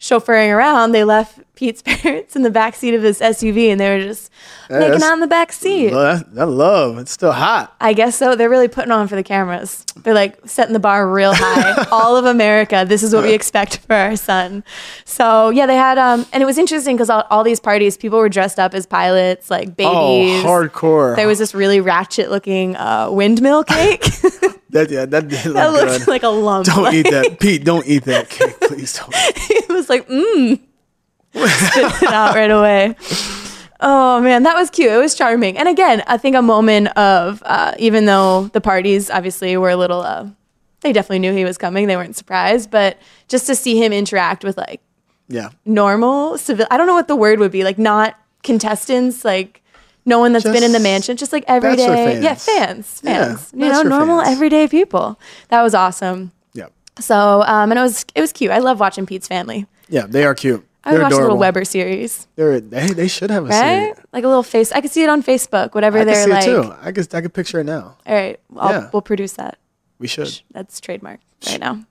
S1: chauffeuring around, they left Pete's parents in the back seat of his SUV, and they were just making
S2: that's-
S1: out in the back seat.
S2: Well, that, that love, it's still hot.
S1: I guess so. They're really putting on for the cameras. They're like setting the bar real high. All of America. This is what we expect for our son. So yeah, they had um, and it was interesting because all, all these parties, people were dressed up as pilots, like babies.
S2: Oh, hardcore.
S1: There was this really ratchet looking uh, windmill cake
S2: that, yeah, that did look
S1: that looked
S2: good.
S1: like a lump.
S2: don't
S1: like,
S2: eat that, Pete. Don't eat that cake, please. Don't.
S1: it was like mmm. Spit it out right away. Oh man, that was cute. It was charming, and again, I think a moment of uh, even though the parties obviously were a little, uh, they definitely knew he was coming. They weren't surprised, but just to see him interact with like
S2: Yeah,
S1: normal civil, I don't know what the word would be, like not contestants, like no one that's been in the
S2: Just
S1: mansion, just like everyday,
S2: Bachelor
S1: yeah, fans,
S2: fans. Yeah,
S1: fans, you know,
S2: Bachelor
S1: normal
S2: fans.
S1: everyday people. That was awesome.
S2: yeah,
S1: So, um, and it was it was cute. I love watching Pete's family.
S2: yeah. They are cute.
S1: I would
S2: They're
S1: watch the
S2: adorable.
S1: little Weber series,
S2: They're, they they should have a
S1: right?
S2: series.
S1: Like a little face. I could see it on Facebook. Whatever
S2: I can
S1: they're
S2: see
S1: like.
S2: it too. I could I could picture it now.
S1: All right, I'll,
S2: Yeah.
S1: we'll produce that.
S2: We should.
S1: That's trademark right now.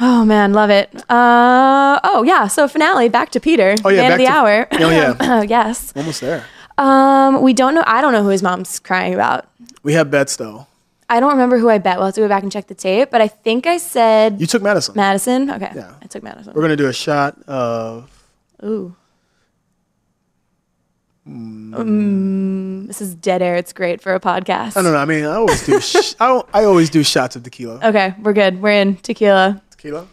S1: Oh man, love it. Uh, oh yeah. So finale. Back to Peter.
S2: Oh, yeah,
S1: Man
S2: back
S1: of the
S2: to-
S1: hour.
S2: Oh, yeah.
S1: yes.
S2: Almost there.
S1: Um, we don't know. I don't know who his mom's crying about.
S2: We have bets though.
S1: I don't remember who I bet. We'll have to go back and check the tape. But I think I said
S2: You took Madison.
S1: Madison. Okay.
S2: Yeah.
S1: I took Madison.
S2: We're gonna do a shot of
S1: Ooh.
S2: Hmm.
S1: Mm. This is dead air. It's great for a podcast.
S2: I don't know. I mean, I always do. Sh- I, don't- I always do shots of tequila.
S1: Okay, we're good. We're in tequila.
S2: tequila.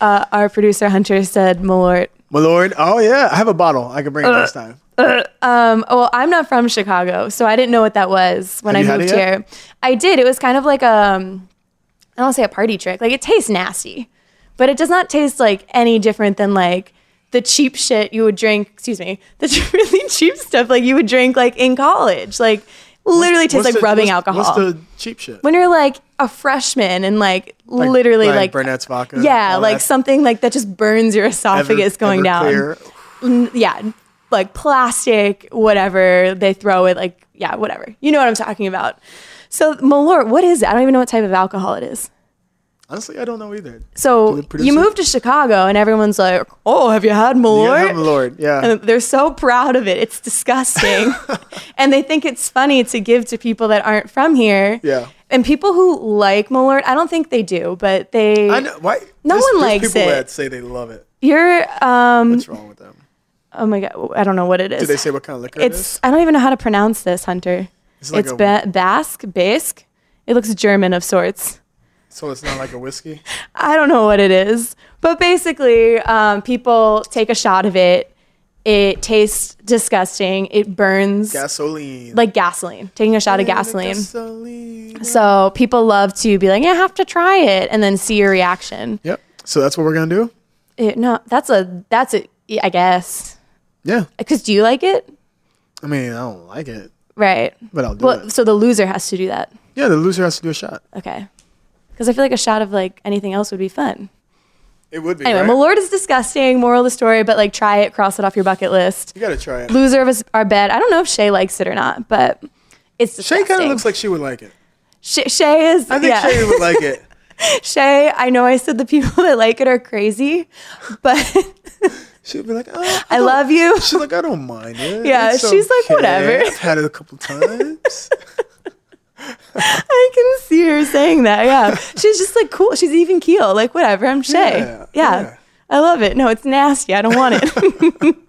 S1: Uh, our producer Hunter said Malort.
S2: My lord. Oh yeah, I have a bottle. I can bring
S1: Uh,
S2: it next time.
S1: Um, oh, well, I'm not from Chicago, so I didn't know what that was when
S2: Have you
S1: I
S2: had
S1: moved
S2: it yet?
S1: here. I did. It was kind of like um, I don't wanna say a party trick. Like it tastes nasty, but it does not taste like any different than like the cheap shit you would drink. Excuse me, the really cheap stuff like you would drink like in college. Like literally tastes
S2: What's
S1: like
S2: the-
S1: rubbing
S2: what's-
S1: alcohol.
S2: What's the cheap shit?
S1: when you're like a freshman and like, literally like,
S2: Burnett's vodka.
S1: yeah,
S2: all
S1: like
S2: that.
S1: something like that just burns your esophagus going down.
S2: Everclear.
S1: N- Yeah, like plastic, whatever they throw it, like yeah, whatever. You know what I'm talking about. So Malort, what is it? I don't even know what type of alcohol it is.
S2: Honestly, I don't know either. Do
S1: So
S2: they produce
S1: you
S2: it?
S1: moved to Chicago and everyone's like, "Oh, have you had
S2: Yeah,
S1: Malort?"
S2: I'm a lord. Yeah.
S1: And they're so proud of it. It's disgusting. and they think it's funny to give to people that aren't from here.
S2: Yeah.
S1: And people who like Malort, I don't think they do, but they.
S2: I know. Why?
S1: No
S2: there's-
S1: one
S2: there's
S1: likes
S2: people
S1: it.
S2: that say they love it.
S1: You're, um,
S2: What's wrong with them?
S1: oh my God, I don't know what it is.
S2: Do they say what kind of liquor it
S1: it's,
S2: is?
S1: I don't even know how to pronounce this, Hunter.
S2: It's
S1: It's,
S2: like a-
S1: ba- Basque, Basque. It looks German of sorts.
S2: So it's not like a whiskey.
S1: I don't know what it is, but basically, um, people take a shot of it. It tastes disgusting. It burns
S2: Gasoline.
S1: like gasoline, taking a shot of gasoline.
S2: Gasoline.
S1: So people love to be like, yeah, I have to try it, and then see your reaction.
S2: Yep. So that's what we're gonna do.
S1: It- no, that's a that's a yeah, I guess.
S2: Yeah.
S1: Because do you like it?
S2: I mean, I don't like it,
S1: Right.
S2: but I'll do
S1: Well,
S2: it.
S1: so the loser has to do that.
S2: Yeah, the loser has to do a shot.
S1: Okay. Because I feel like a shot of like anything else would be fun.
S2: It would be.
S1: Anyway,
S2: right?
S1: Malort is disgusting. Moral of the story, but like try it, cross it off your bucket list.
S2: you gotta try it.
S1: Loser of us- our bed. I don't know if Shay likes it or not, but it's
S2: Shay
S1: disgusting.
S2: kind of looks like she would like it.
S1: Shay, Shay is.
S2: I think
S1: yeah.
S2: Shay would like it.
S1: Shay, I know I said the people that like it are crazy, but
S2: She'd be like, oh,
S1: I
S2: don't-
S1: love you.
S2: She's like, I don't mind it.
S1: Yeah,
S2: It's
S1: she's like,
S2: okay.
S1: whatever.
S2: I've had it a couple times.
S1: I can see her saying that. Yeah. She's just like cool. She's even keel. Like, whatever. I'm Shay.
S2: Yeah,
S1: Yeah.
S2: yeah.
S1: I love it. No, it's nasty. I don't want it.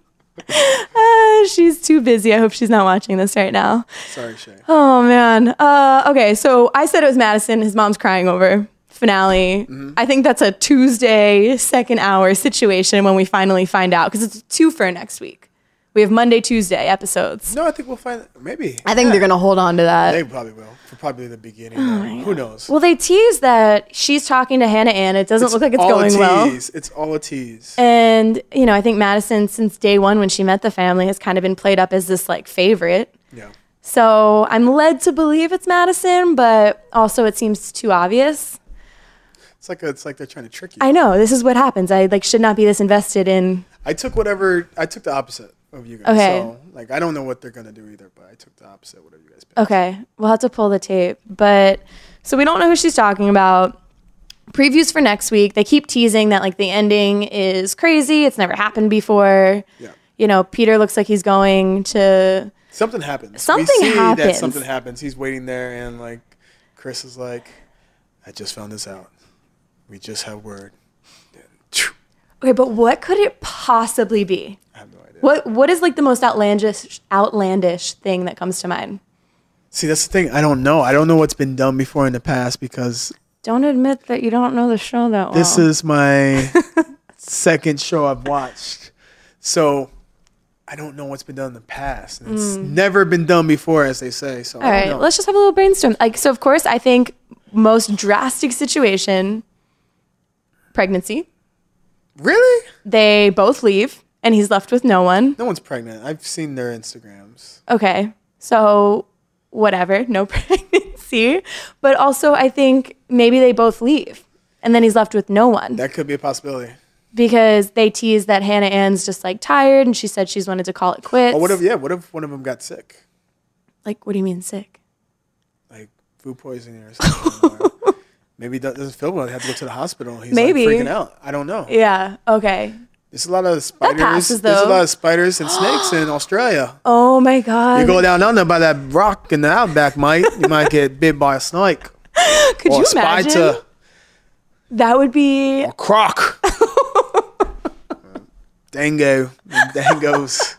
S1: Ah, she's too busy. I hope she's not watching this right now.
S2: Sorry, Shay.
S1: Oh, man. Uh, okay. So I said it was Madison. His mom's crying over finale.
S2: Mm-hmm.
S1: I think that's a Tuesday, second hour situation when we finally find out because it's a two for next week. We have Monday, Tuesday episodes.
S2: No, I think we'll find maybe.
S1: I think they're going to hold on to that.
S2: They probably will for probably the beginning. though. Who knows?
S1: Well, they tease that she's talking to Hannah Ann. It doesn't look like it's
S2: all a
S1: going well.
S2: tease. It's all a tease.
S1: And, you know, I think Madison, since day one when she met the family, has kind of been played up as this like favorite.
S2: yeah.
S1: So I'm led to believe it's Madison, but also it seems too obvious.
S2: It's like it's like they're trying to trick you.
S1: I know this is what happens. I like should not be this invested in.
S2: I took whatever. I took the opposite. of you guys.
S1: Okay.
S2: So like I don't know what they're gonna do either, but I took the opposite whatever you guys picked.
S1: Okay, we'll have to pull the tape. But so we don't know who she's talking about. Previews for next week. They keep teasing that like the ending is crazy. It's never happened before.
S2: Yeah.
S1: You know, Peter looks like he's going to.
S2: Something happens.
S1: Something
S2: we see That
S1: happens.
S2: something happens. He's waiting there, and like Chris is like, "I just found this out. We just have word." Then, phew,
S1: Okay, but what could it possibly be?
S2: I have no idea.
S1: What What is like the most outlandish outlandish thing that comes to mind?
S2: See, that's the thing. I don't know. I don't know what's been done before in the past because
S1: Don't admit that you don't know the show that well.
S2: This is my second show I've watched. So I don't know what's been done in the past. And It's never been done before, as they say. So
S1: All
S2: I
S1: right,
S2: don't know.
S1: Mm. let's just have a little brainstorm. Like, so of course, I think most drastic situation, pregnancy.
S2: really?
S1: They both leave, and he's left with no one.
S2: No one's pregnant. I've seen their Instagrams.
S1: Okay, so whatever, no pregnancy. But also, I think maybe they both leave, and then he's left with no one
S2: That could be a possibility.
S1: because they tease that Hannah Ann's just like tired, and she said she's wanted to call it quits.
S2: Or Oh, what if, yeah, what if one of them got sick?
S1: Like, what do you mean sick?
S2: Like food poisoning or something. or maybe that doesn't feel well. They have to go to the hospital. He's
S1: Maybe.
S2: like freaking out. I don't know.
S1: Yeah. Okay.
S2: There's a lot of spiders.
S1: passes,
S2: There's a
S1: though.
S2: lot of spiders and snakes in Australia.
S1: Oh my God.
S2: You go down under by that rock in the outback, mate. You might get bit by a snake
S1: Could
S2: or
S1: you
S2: a
S1: imagine?
S2: spider,
S1: That would be
S2: a croc, dango, dangoes.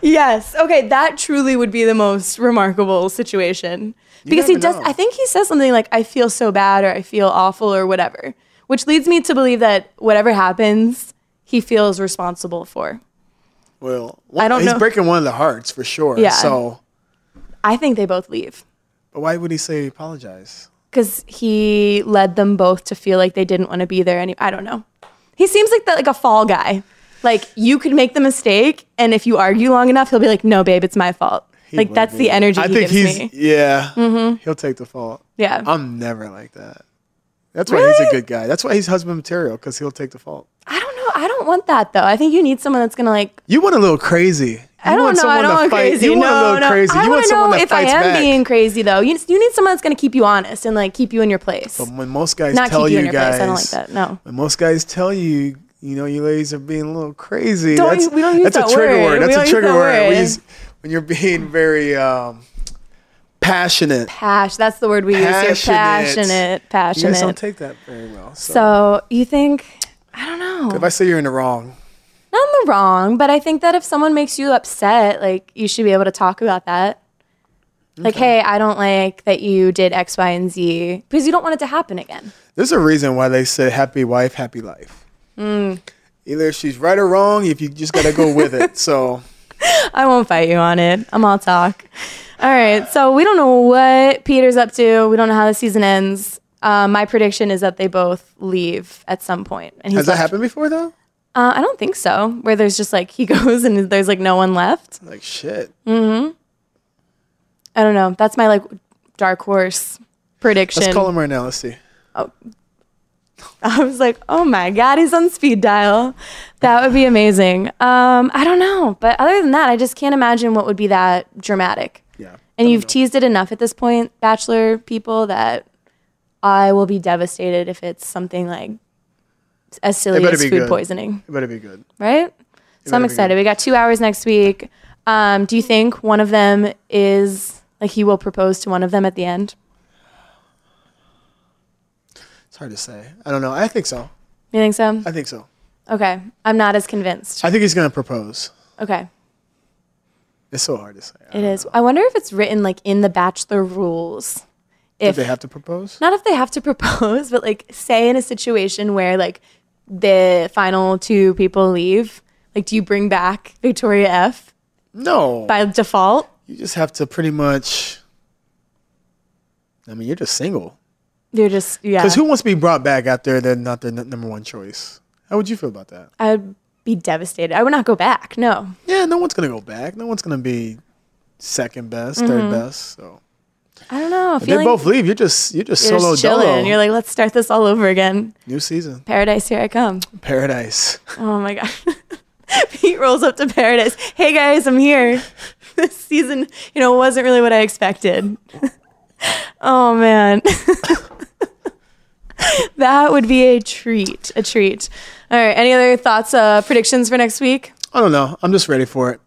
S1: Yes. Okay, that truly would be the most remarkable situation. because he
S2: never
S1: does
S2: know.
S1: I think he says something like I feel so bad or I feel awful or whatever, which leads me to believe that whatever happens, he feels responsible for.
S2: Well,
S1: I don't
S2: he's
S1: know.
S2: breaking one of the hearts for sure.
S1: Yeah.
S2: So,
S1: I think they both leave
S2: but why would he say apologize?
S1: cuz he led them both to feel like they didn't want to be there any I don't know. He seems like the, like a fall guy. Like you could make the mistake and if you argue long enough, he'll be like, "No, babe, it's my fault."
S2: He
S1: like
S2: would
S1: that's
S2: be.
S1: the energy
S2: I
S1: he
S2: think
S1: gives
S2: he's um,
S1: me. Mm-hmm.
S2: yeah. He'll take the fault.
S1: Yeah.
S2: I'm never like that. That's why he's a
S1: Really?
S2: good guy. That's why he's husband material because he'll take the fault.
S1: I don't know. I don't want that though. I think you need someone that's gonna like.
S2: You want a little crazy. You
S1: I don't
S2: want
S1: know. I
S2: someone
S1: don't
S2: to
S1: want
S2: fight-
S1: crazy.
S2: You want
S1: no,
S2: a little
S1: no.
S2: crazy.
S1: I
S2: You
S1: want to
S2: someone
S1: know
S2: that
S1: if I
S2: fights
S1: am
S2: back.
S1: being crazy though. You, you need someone that's gonna keep you honest and like keep you in your place.
S2: when most guys
S1: Not
S2: tell
S1: keep you
S2: you,
S1: in your
S2: guys,
S1: place. I don't like that. No.
S2: When most guys tell you, you know, you ladies are being a little crazy.
S1: Don't
S2: that's,
S1: u- we don't use
S2: that's
S1: that
S2: a trigger
S1: word.
S2: word.
S1: We
S2: That's
S1: don't
S2: a
S1: use
S2: trigger
S1: that
S2: word. We
S1: word.
S2: use- when you're being very um, passionate.
S1: Pash. That's the word we use here.
S2: Passionate.
S1: Passionate.
S2: You guys
S1: Passionate.
S2: don't take that very well. So,
S1: so you think? I don't know.
S2: if I say you're in the wrong,
S1: Not in the wrong, but I think that if someone makes you upset, like you should be able to talk about that. Like, hey, I don't like that you did X, Y, and Z because you don't want it to happen again.
S2: there's a reason why they say happy wife, happy life.
S1: Mm.
S2: Either she's right or wrong, if you just gotta go with it. So
S1: I won't fight you on it. I'm all talk. All right. So we don't know what Peter's up to. We don't know how the season ends. Uh, my prediction is that they both leave at some point. And he's
S2: has that
S1: left-
S2: happened before though?
S1: Uh, I don't think so. Where there's just like he goes and there's like no one left.
S2: Like shit.
S1: I don't know. That's my like dark horse prediction.
S2: Let's call him right now. Let's see.
S1: I was like, oh my god, he's on speed dial. That would be amazing. Um, I don't know, but other than that, I just can't imagine what would be that dramatic.
S2: Yeah.
S1: And you've teased it enough at this point, Bachelor people, that I will be devastated if it's something like as silly
S2: better
S1: as
S2: be
S1: food
S2: good.
S1: poisoning,
S2: It better be good.
S1: right? So I'm
S2: better be
S1: excited. We got two hours next week. Um, do you think one of them is like he will propose to one of them at the end?
S2: It's hard to say. I don't know. I think so.
S1: You think so?
S2: I think so.
S1: Okay. I'm not as convinced.
S2: I think he's gonna propose.
S1: Okay.
S2: It's so hard to say.
S1: It is. I wonder if it's written like in the Bachelor rules.
S2: Did
S1: If
S2: they have to propose?
S1: not if they have to propose, but like say in a situation where like the final two people leave, like do you bring back Victoria F
S2: No.
S1: by default?
S2: You just have to pretty much. I mean, you're just single.
S1: They're just yeah.
S2: Because who wants to be brought back out there? They're not their n- number one choice. How would you feel about that?
S1: I would be devastated. I would not go back. No.
S2: Yeah, no one's gonna go back. No one's gonna be second best, third best. So
S1: I don't know.
S2: if they
S1: Mm-hmm. Feeling
S2: both leave, you're just you're just
S1: you're
S2: solo
S1: just chilling.
S2: dolo.
S1: You're like, let's start this all over again.
S2: New season,
S1: Paradise, here I come.
S2: paradise.
S1: Oh my god. Pete rolls up to paradise. Hey guys, I'm here. This season, you know, wasn't really what I expected. oh man. that would be a treat. A treat. All right. Any other thoughts, uh, predictions for next week?
S2: I don't know. I'm just ready for it.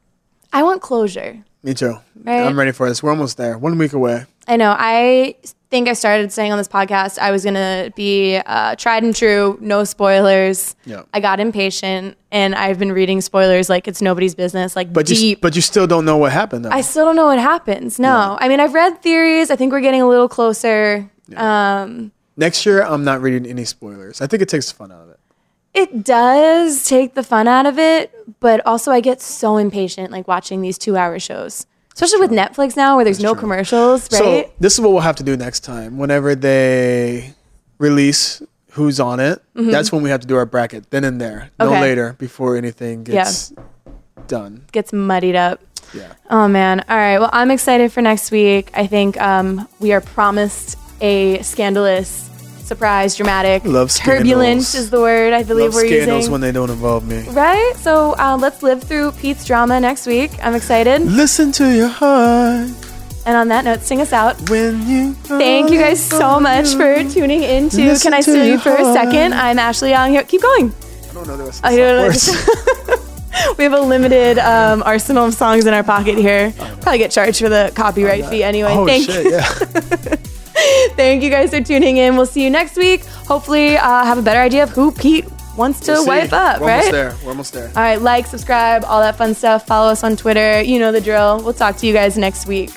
S1: I want closure.
S2: Me too.
S1: Right.
S2: I'm ready for this. We're almost there. One week away.
S1: I know. I think I started saying on this podcast I was going to be uh, tried and true, no spoilers.
S2: Yeah.
S1: I got impatient and I've been reading spoilers like it's nobody's business, like
S2: But you,
S1: deep.
S2: but you still don't know what happened though.
S1: I still don't know what happens. No. I mean, I've read theories. I think we're getting a little closer. Um,
S2: Next year, I'm not reading any spoilers. I think it takes the fun out of it.
S1: it does take the fun out of it, but also I get so impatient like watching these two hour shows, especially with Netflix now where there's no commercials, right?
S2: So this is what we'll have to do next time. Whenever they release who's on it, that's when we have to do our bracket. Then and there, no
S1: Mm-hmm. Okay.
S2: later, before anything
S1: Yeah.
S2: gets done.
S1: gets muddied up.
S2: Yeah.
S1: Oh man. All right. Well, I'm excited for next week. I think um, we are promised a scandalous, surprise, dramatic,
S2: Love
S1: turbulent
S2: scandals.
S1: is the word I believe
S2: Love
S1: we're
S2: scandals
S1: using.
S2: when they don't involve me.
S1: right. So uh, let's live through Pete's drama next week. I'm excited.
S2: Listen to your heart
S1: And on that note, sing us out.
S2: when you.
S1: Thank you guys so much for tuning in to
S2: Listen
S1: Can I
S2: to
S1: Steal You
S2: your
S1: for a
S2: heart.
S1: Second? I'm Ashley Young here. Keep going.
S2: I don't know the rest of
S1: I don't know.
S2: the words.
S1: We have a limited um, arsenal of songs in our pocket here. Probably get charged for the copyright fee anyway.
S2: oh
S1: Thank
S2: shit! Yeah.
S1: Thank you guys for tuning in. We'll see you next week. Hopefully, uh, have a better idea of who Pete wants to
S2: We'll see.
S1: wipe up,
S2: We're
S1: right?
S2: almost there. We're almost there.
S1: All right, like, subscribe, all that fun stuff. Follow us on Twitter. You know the drill. We'll talk to you guys next week.